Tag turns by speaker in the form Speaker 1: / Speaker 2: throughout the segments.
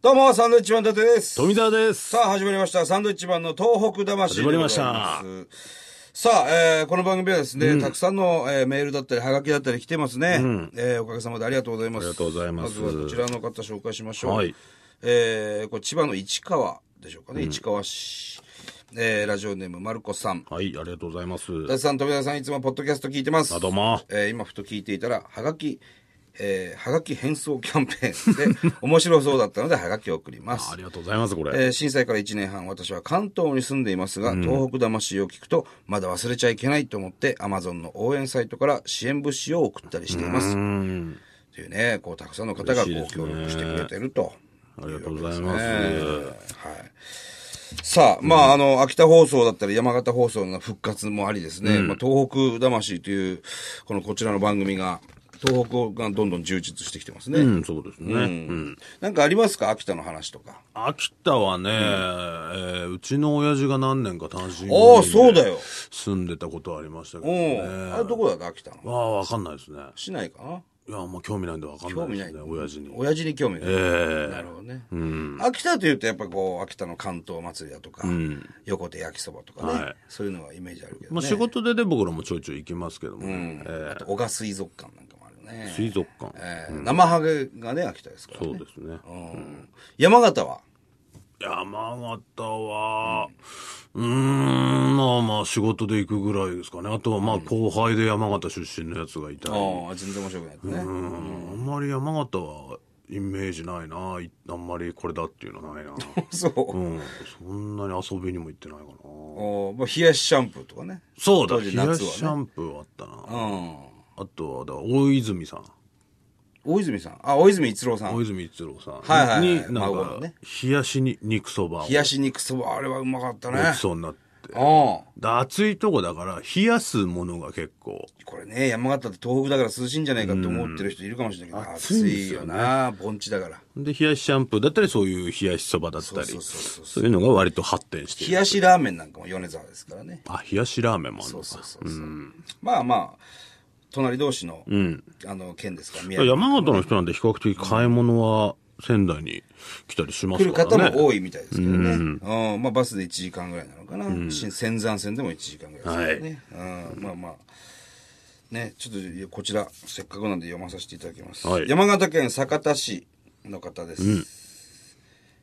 Speaker 1: どうも、サンドウィッチマン伊達です。
Speaker 2: 富澤です
Speaker 1: さあ、始まりました。サンドウィッチマンの東北魂でございす
Speaker 2: 始まり。
Speaker 1: さあ、えーこの番組はですね、たくさんの、えーメールだったり、ハガキだったり来てますね。えーおかげさまでありがとうございます。
Speaker 2: ありがとうございます
Speaker 1: まずはこちらの方紹介しましょう。
Speaker 2: はい
Speaker 1: えーこれ千葉の市川でしょうかね。市川市。えーラジオネーム、まるこさん。
Speaker 2: はいありがとうございます
Speaker 1: 伊達さん、富田さん、いつもポッドキャスト聞いてます。
Speaker 2: あどうも
Speaker 1: えー今ふと聞いていたら、はがき、えーはがき変装キャンペーンで、面白そうだったので、はがきを送ります
Speaker 2: あ。りがとうございますこれ、
Speaker 1: えー震災から1年半、私は関東に住んでいますが、東北魂を聞くと、まだ忘れちゃいけないと思って、アマゾンの応援サイトから支援物資を送ったりしています。というね、こう、たくさんの方がご
Speaker 2: 嬉しいです
Speaker 1: 協
Speaker 2: ね
Speaker 1: 力してくれてると。
Speaker 2: ありがとうございます、
Speaker 1: はい。さあ、まあ、あの、秋田放送だったり、山形放送の復活もありですね、まあ、東北魂という、このこちらの番組が、東北がどんどん充実してきてますね。
Speaker 2: うんそうですね、
Speaker 1: うんなんかありますか秋田の話とか。
Speaker 2: 秋田はね、うえーうちの親父が何年か単身
Speaker 1: ああ、そうだよ。
Speaker 2: 住んでたことはありましたけど
Speaker 1: うん。
Speaker 2: ね
Speaker 1: あれどこだった秋田の
Speaker 2: わあわかんないですね
Speaker 1: 市内かない
Speaker 2: やあんま興味ないんでわかんな
Speaker 1: 興
Speaker 2: い
Speaker 1: 味
Speaker 2: で
Speaker 1: な
Speaker 2: す
Speaker 1: い。
Speaker 2: ね親父に
Speaker 1: 親父に興味ない。
Speaker 2: え
Speaker 1: なるほどね。秋田というと、やっぱこう、秋田の関東祭りだとか、横手焼きそばとかね、
Speaker 2: はい
Speaker 1: そういうのはイメージあるけどね。
Speaker 2: まあ、仕事でね僕らもちょいちょい行きますけどもね、え
Speaker 1: あと、小賀水族館なんかもあるね。
Speaker 2: ー水族館、
Speaker 1: えー生ハゲがね、秋田ですから、ね。
Speaker 2: そうですね
Speaker 1: うん山形は
Speaker 2: 山形は、うーん、まあまあ仕事で行くぐらいですかね。あとはまあ後輩で山形出身のやつがいたり。うん、
Speaker 1: ああ、全然面白くないですね。
Speaker 2: あんまり山形はイメージないな。いあんまりこれだっていうのはない な。
Speaker 1: そう。
Speaker 2: うん、そんなに遊びにも行ってないかな。
Speaker 1: おまあ、冷やしシャンプーとかね。
Speaker 2: そうだ、
Speaker 1: 当時
Speaker 2: 冷
Speaker 1: 夏はね
Speaker 2: やしシャンプーはあったな。
Speaker 1: うん。
Speaker 2: あとは、だから大泉さん。
Speaker 1: 大泉さん。あ、大泉一郎さん。
Speaker 2: 大
Speaker 1: 冷
Speaker 2: 泉一郎さんに、
Speaker 1: はいはいはい
Speaker 2: なん
Speaker 1: 孫の
Speaker 2: か、
Speaker 1: ね
Speaker 2: 冷やしに肉そばを
Speaker 1: やし肉そば、あれはうまかった
Speaker 2: ご
Speaker 1: ね
Speaker 2: ち。そうになって。
Speaker 1: うん。こ
Speaker 2: だ暑いとこだから、冷やすものが結構。
Speaker 1: れね、山形って東北だから涼しいんじゃないかって思ってる人いるかもしれないけど、
Speaker 2: 暑いんですよね
Speaker 1: な、盆地だから。
Speaker 2: で、冷やしシャンプーだったり、そういう冷やしそばだったり、
Speaker 1: そうそうそうそう
Speaker 2: そういうのが割と発展して
Speaker 1: 冷
Speaker 2: る。
Speaker 1: やしラーメンなんかも米沢ですからね。
Speaker 2: あ、冷やしラーメンもある
Speaker 1: そ
Speaker 2: の
Speaker 1: う
Speaker 2: か。
Speaker 1: そうそうそう。まあまあ、隣同士の、あの、県ですから、宮城。
Speaker 2: 山形の人なんて比較的買い物は仙台に来たりしま
Speaker 1: 来
Speaker 2: す
Speaker 1: る
Speaker 2: か
Speaker 1: 方
Speaker 2: らね。
Speaker 1: も多いみたいですけどね。うんまあ、バスで1時間ぐらいなのかな。新仙山線でも1時間ぐらいですからね。うんまあまあ。ね、ちょっとこちら、せっかくなんで読まさせていただきます。
Speaker 2: はい
Speaker 1: 山形県酒田市の方です。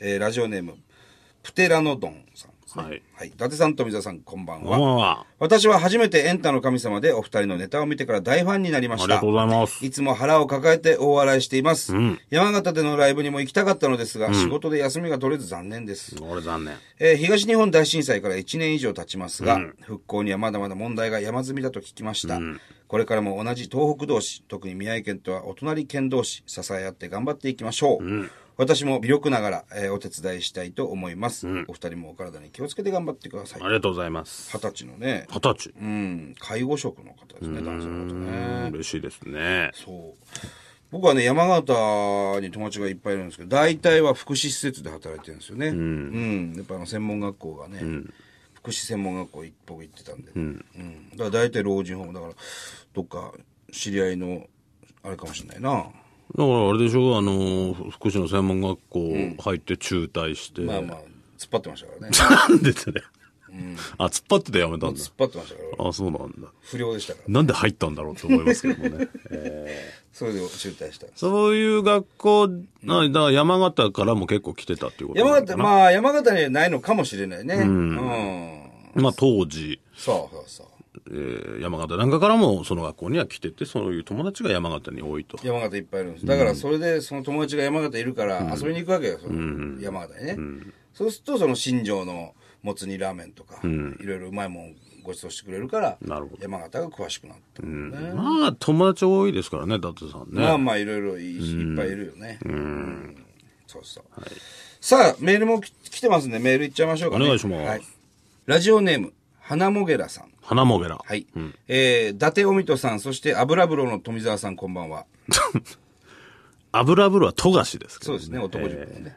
Speaker 1: えーラジオネーム、プテラノドンさんですね。
Speaker 2: はい
Speaker 1: はい。伊達さん、富澤さん、こんばん
Speaker 2: ま
Speaker 1: は。
Speaker 2: あまあまあ
Speaker 1: 私は初めてエンタの神様でお二人のネタを見てから大ファンになりま
Speaker 2: あ
Speaker 1: し
Speaker 2: り
Speaker 1: た。
Speaker 2: がとうございます。
Speaker 1: いつも腹を抱えて大笑いしています。山形でのライブにも行きたかったのですが、仕事で休みが取れず残念です。
Speaker 2: 俺残念。
Speaker 1: えー東日本大震災から1年以上経ちますが、復興にはまだまだ問題が山積みだと聞きました。これからも同じ東北同士、特に宮城県とはお隣県同士、支え合って頑張っていきましょう。私も微力ながら、えーお手伝いしたいと思います。お二人もお体に気をつけて頑張ってください。
Speaker 2: ありがとうございます。
Speaker 1: 二十歳のね、
Speaker 2: 二十歳。
Speaker 1: うん、介護職の方ですね、男性の方ね。
Speaker 2: 嬉しいですね。
Speaker 1: そう。僕はね、山形に友達がいっぱいいるんですけど、大体は福祉施設で働いてるんですよね。うん。やっぱあの、専門学校がね、福祉専門学校一僕行ってたんで。うん。だから大体老人ホーム、だから、どっか知り合いの、あれかもしれないな。
Speaker 2: だからあれでしょあの、福祉の専門学校入って中退して。
Speaker 1: まあまあ、突っ張ってましたからね。
Speaker 2: なんでってね。あ、突っ張っててやめたんだ
Speaker 1: 突。っ張ってましたから、俺
Speaker 2: あ、そうなんだ。
Speaker 1: 不良でしたから。
Speaker 2: なんで入ったんだろうと思いますけどもね。
Speaker 1: それで中退した。
Speaker 2: そういう学校、なだから山形からも結構来てたっていうこと
Speaker 1: 山
Speaker 2: なの
Speaker 1: 形、
Speaker 2: かな
Speaker 1: まあ、山形にはないのかもしれないね。うん。
Speaker 2: まあ当時、
Speaker 1: そうそうそう。
Speaker 2: えー山形なんかからもその学校には来てて、そういう友達が山形に多いと。
Speaker 1: 山形いっぱいいるんです。だからそれでその友達が山形いるから遊びに行くわけよ、その山形にね。そうするとその新庄のもつ煮ラーメンとか、いろいろうまいもんご馳走してくれるから
Speaker 2: なるほ、ど
Speaker 1: 山形が詳しくなってくるんだよね。
Speaker 2: まあ友達多いですからね、伊達さんね。
Speaker 1: まあまあいろいろいいいっぱいいるよね。うんそうそう。さあ、メールもき来てますんでメールいっちゃいましょうかね。
Speaker 2: お願いします
Speaker 1: はラジオネーム、花もげらさん。
Speaker 2: 花もべら。
Speaker 1: はい。えー、伊達おみとさん、そして油風呂の富澤さん、こんばんは。
Speaker 2: 油風呂は富樫ですけ
Speaker 1: そ
Speaker 2: ど
Speaker 1: うで
Speaker 2: ね。
Speaker 1: すね、男塾のね。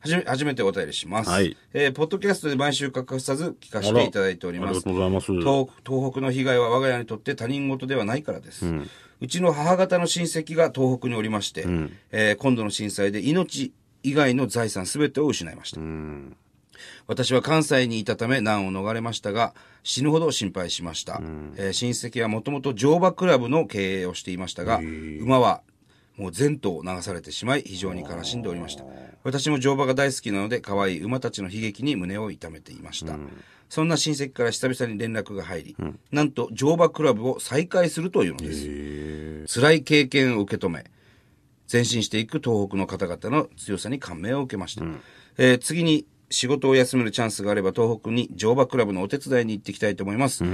Speaker 1: はじめ、初めてお便りします。
Speaker 2: はい
Speaker 1: えーポッドキャストで毎週欠かさず聞かせていただいております。
Speaker 2: あらありがとうございます
Speaker 1: 東東北の被害は我が家にとって他人事ではないからです。うちの母方の親戚が東北におりまして、えー今度の震災で命以外の財産すべてを失いました。私は関西にいたため難を逃れましたが、死ぬほど心配しました。えー親戚はもともと乗馬クラブの経営をしていましたが、馬はもう全頭流されてしまい、非常に悲しんでおりました。私も乗馬が大好きなので、可愛い馬たちの悲劇に胸を痛めていました。そんな親戚から久々に連絡が入り、なんと乗馬クラブを再開するというのです。辛い経験を受け止め、前進していく東北の方々の強さに感銘を受けました。えー次に仕事を休めるチャンスがあれば東北に乗馬クラブのお手伝いに行ってきたいと思います。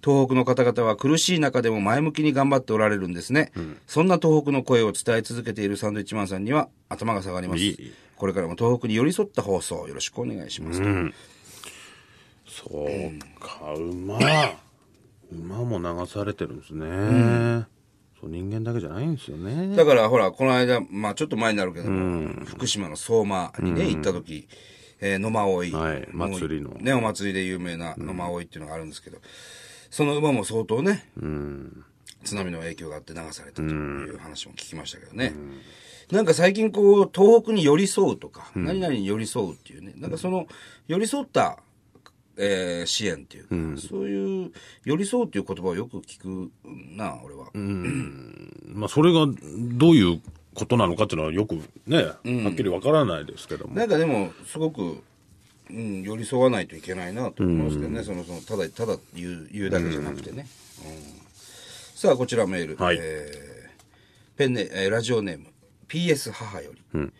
Speaker 1: 東北の方々は苦しい中でも前向きに頑張っておられるんですね。そんな東北の声を伝え続けているサンドウィッチマンさんには頭が下がります。
Speaker 2: いい
Speaker 1: これからも東北に寄り添った放送よろしくお願いします。
Speaker 2: そうか、馬。馬も流されてるんですね。そう、人間だけじゃないんですよね。
Speaker 1: だからほら、この間、まあちょっと前になるけども、福島の相馬にね、行った時、えー野馬追い、
Speaker 2: はい
Speaker 1: もう
Speaker 2: 祭りの
Speaker 1: ね、お祭りで有名な野馬追いっていうのがあるんですけど、その馬も相当ね、津波の影響があって流されたという話も聞きましたけどね。なんか最近こう、東北に寄り添うとか、何々に寄り添うっていうね、なんかその、寄り添った、えー支援っていうか、そういう、寄り添うっていう言葉をよく聞くな、俺は。
Speaker 2: まあ、それがどういうことなのかっていうのはよくね、はっきりわからないですけども。
Speaker 1: なんかでも、すごく、うん、寄り添わないといけないなと思いますけどね、そのそのただただ言う言うだけじゃなくてね。うんさあ、こちらメール、
Speaker 2: はい
Speaker 1: えーペンネ、えーラジオネーム、PS 母より、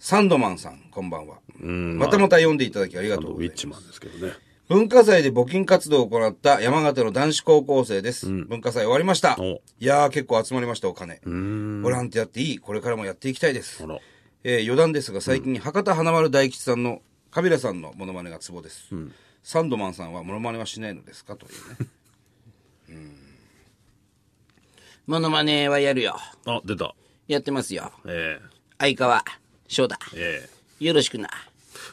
Speaker 1: サンドマンさん、こんばんは。またまた読んでいただきありがとう
Speaker 2: ウ
Speaker 1: ござい
Speaker 2: ィ
Speaker 1: ま
Speaker 2: ッ
Speaker 1: す。
Speaker 2: チマンですけどね。
Speaker 1: 文化祭で募金活動を行った山形の男子高校生です。文化祭終わりました。
Speaker 2: お
Speaker 1: いやー、結構集まりました、お金。ボランティアっていい。これからもやっていきたいです
Speaker 2: あ。ら。
Speaker 1: えー余談ですが最近博多華丸大吉さんのカビラさんのモノマネがツボです、サンドマンさんはモノマネはしないのですかというね うんモノマネはやるよ
Speaker 2: あ、出た。
Speaker 1: やってますよ
Speaker 2: え
Speaker 1: 相川翔太
Speaker 2: えええ
Speaker 1: よろしくな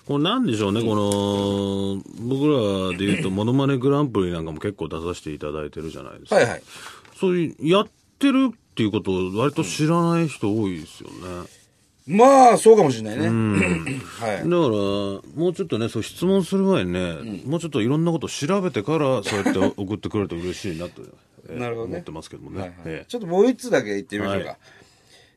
Speaker 2: これなんでしょうね、この、僕らで言うと、モノマネグランプリなんかも結構出させていただいてるじゃないですか。
Speaker 1: はいはい
Speaker 2: そういう、やってるっていうことを割と知らない人多いですよね。
Speaker 1: まあそうかもしれないね、 はい
Speaker 2: だから、もうちょっとね、そう質問する前にね、もうちょっといろんなことを調べてから、そうやって 送ってくれると嬉しいなと、ええ
Speaker 1: なるほどね
Speaker 2: 思ってますけどもね。
Speaker 1: はいはい
Speaker 2: ええ
Speaker 1: ちょっともう一つだけ言ってみましょうか。
Speaker 2: はい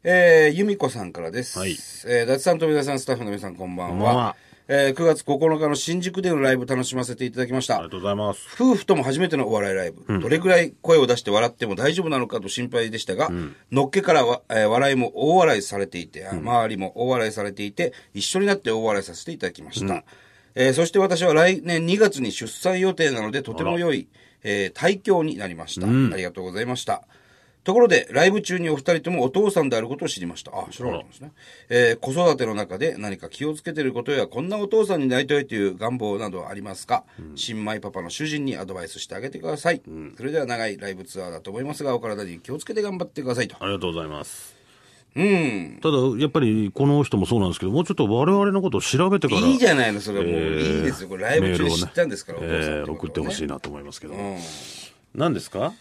Speaker 1: えー、由美子さんからです。
Speaker 2: はい
Speaker 1: えー、達さん、富田さん、スタッフの皆さん、こんばんは。
Speaker 2: こんばんは
Speaker 1: えー、9月9日の新宿でのライブ楽しませていただきまし
Speaker 2: あ
Speaker 1: た
Speaker 2: りが。とうございます。
Speaker 1: 夫婦とも初めてのお笑いライブ、どれくらい声を出して笑っても大丈夫なのかと心配でしたが、のっけからは、えー笑いも大笑いされていて、あ周りも大笑いされていて、一緒になって大笑いさせていただきました。えーそして私は来年2月に出産予定なので、とても良い、えー、胎教になりました、ありがとうございました。ところで、ライブ中にお二人ともお父さんであることを知りました。あ、知らなかったんですね。えー子育ての中で何か気をつけていることや、こんなお父さんになりたいという願望などはありますか、新米パパの主人にアドバイスしてあげてください。それでは長いライブツアーだと思いますが、お体に気をつけて頑張ってくださいと。
Speaker 2: ありがとうございます。
Speaker 1: うん。
Speaker 2: ただ、やっぱり、この人もそうなんですけど、もうちょっと我々のことを調べてから。
Speaker 1: いいじゃないの、それはもう、
Speaker 2: えー
Speaker 1: いいですよ。これライブ中に知ったんですから、
Speaker 2: メー
Speaker 1: お
Speaker 2: ルを
Speaker 1: 父さん
Speaker 2: ねえ
Speaker 1: こ
Speaker 2: ー
Speaker 1: とはね
Speaker 2: 送ってほしいなと思いますけど。何ですか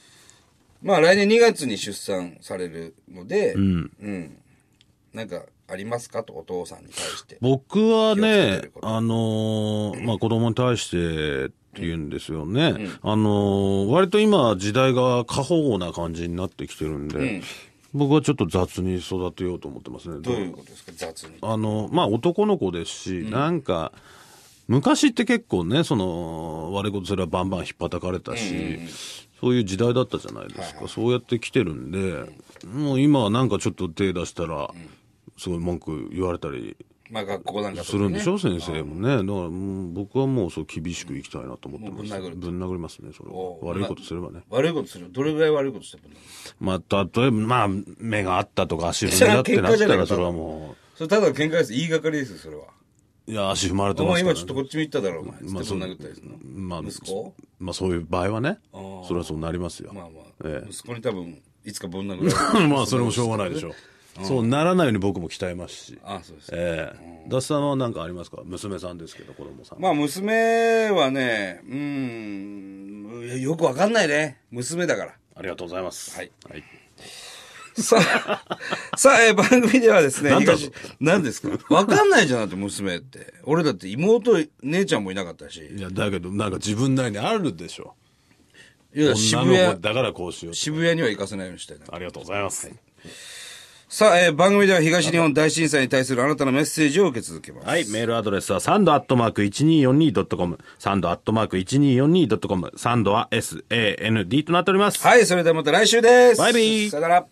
Speaker 1: まあ来年2月に出産されるので、うん。なんかありますかと、お父さんに対して。
Speaker 2: 僕は
Speaker 1: 気をつけて
Speaker 2: ね
Speaker 1: るこ、と
Speaker 2: あのーまあ、子供に対してって言うんですよね。あのー割と今、時代が過保護な感じになってきてるんで、僕はちょっと雑に育てようと思ってますね。
Speaker 1: どういうことですか、雑に。
Speaker 2: あの、まあ、男の子ですし、なんか、昔って結構ね、その、我事それはバンバン引っ叩かれたし、そういう時代だったじゃないですか。そうやって来てるんで、もう今はなんかちょっと手出したら、すごい文句言われたり
Speaker 1: まあ学校なんかと
Speaker 2: す
Speaker 1: かね
Speaker 2: るんでしょ、先生もね。だからもう僕はもうそう厳しくいきたいなと思ってます。
Speaker 1: もうぶん殴る
Speaker 2: ぶん殴りますね、それは
Speaker 1: お。う
Speaker 2: 悪いことすればね。
Speaker 1: 悪いことするどれぐらい悪いことしてるの
Speaker 2: まあ、例えば、まあ、目があったとか足踏みだってなっ
Speaker 1: それは喧嘩じ
Speaker 2: た
Speaker 1: ゃない
Speaker 2: ら、
Speaker 1: か
Speaker 2: それはも
Speaker 1: それただの喧嘩です言いがかりですよそれは
Speaker 2: う、いや、足踏まれて
Speaker 1: お
Speaker 2: ま
Speaker 1: 前
Speaker 2: すから、
Speaker 1: 今
Speaker 2: ね
Speaker 1: ちょっ。とこっち見っただろお前つって
Speaker 2: まあそう
Speaker 1: ぶん殴ったりするの
Speaker 2: まあ、
Speaker 1: 息子
Speaker 2: まあそういう場合はね
Speaker 1: あー、
Speaker 2: それはそうなりますよ。
Speaker 1: まあまあ、
Speaker 2: ええ
Speaker 1: 息子に多分いつかぶん殴られる
Speaker 2: まあそれもしょうがないでしょう。そうならないように僕も鍛えますし。
Speaker 1: あそうです
Speaker 2: ええ。ダスさんは何かありますか娘さんですけど、子供さん。
Speaker 1: まあ娘はねうーんよくわかんないね娘だから
Speaker 2: ありがとうございます。
Speaker 1: はい。
Speaker 2: はい。
Speaker 1: さ あ、さあ、えー番組ではですね、
Speaker 2: なんだろう
Speaker 1: 東何ですかわかんないじゃん、だって娘って。俺だって妹、姉ちゃんもいなかったし。
Speaker 2: いや、だけど、なんか自分なりにあるでしょ。
Speaker 1: いや、
Speaker 2: 女
Speaker 1: 渋
Speaker 2: の
Speaker 1: 谷
Speaker 2: 子、だからこうしよう。
Speaker 1: 渋谷には行かせないようにしたいな。
Speaker 2: ありがとうございます。
Speaker 1: さあ、えー番組では東日本大震災に対するあなたのメッセージを受け続けます。
Speaker 2: はい、メールアドレスはサンドアットマーク 1242.com、サンドアットマーク 1242.com、サンドは SAND となっております。
Speaker 1: はい、それではまた来週です。
Speaker 2: バイビー
Speaker 1: さよなら。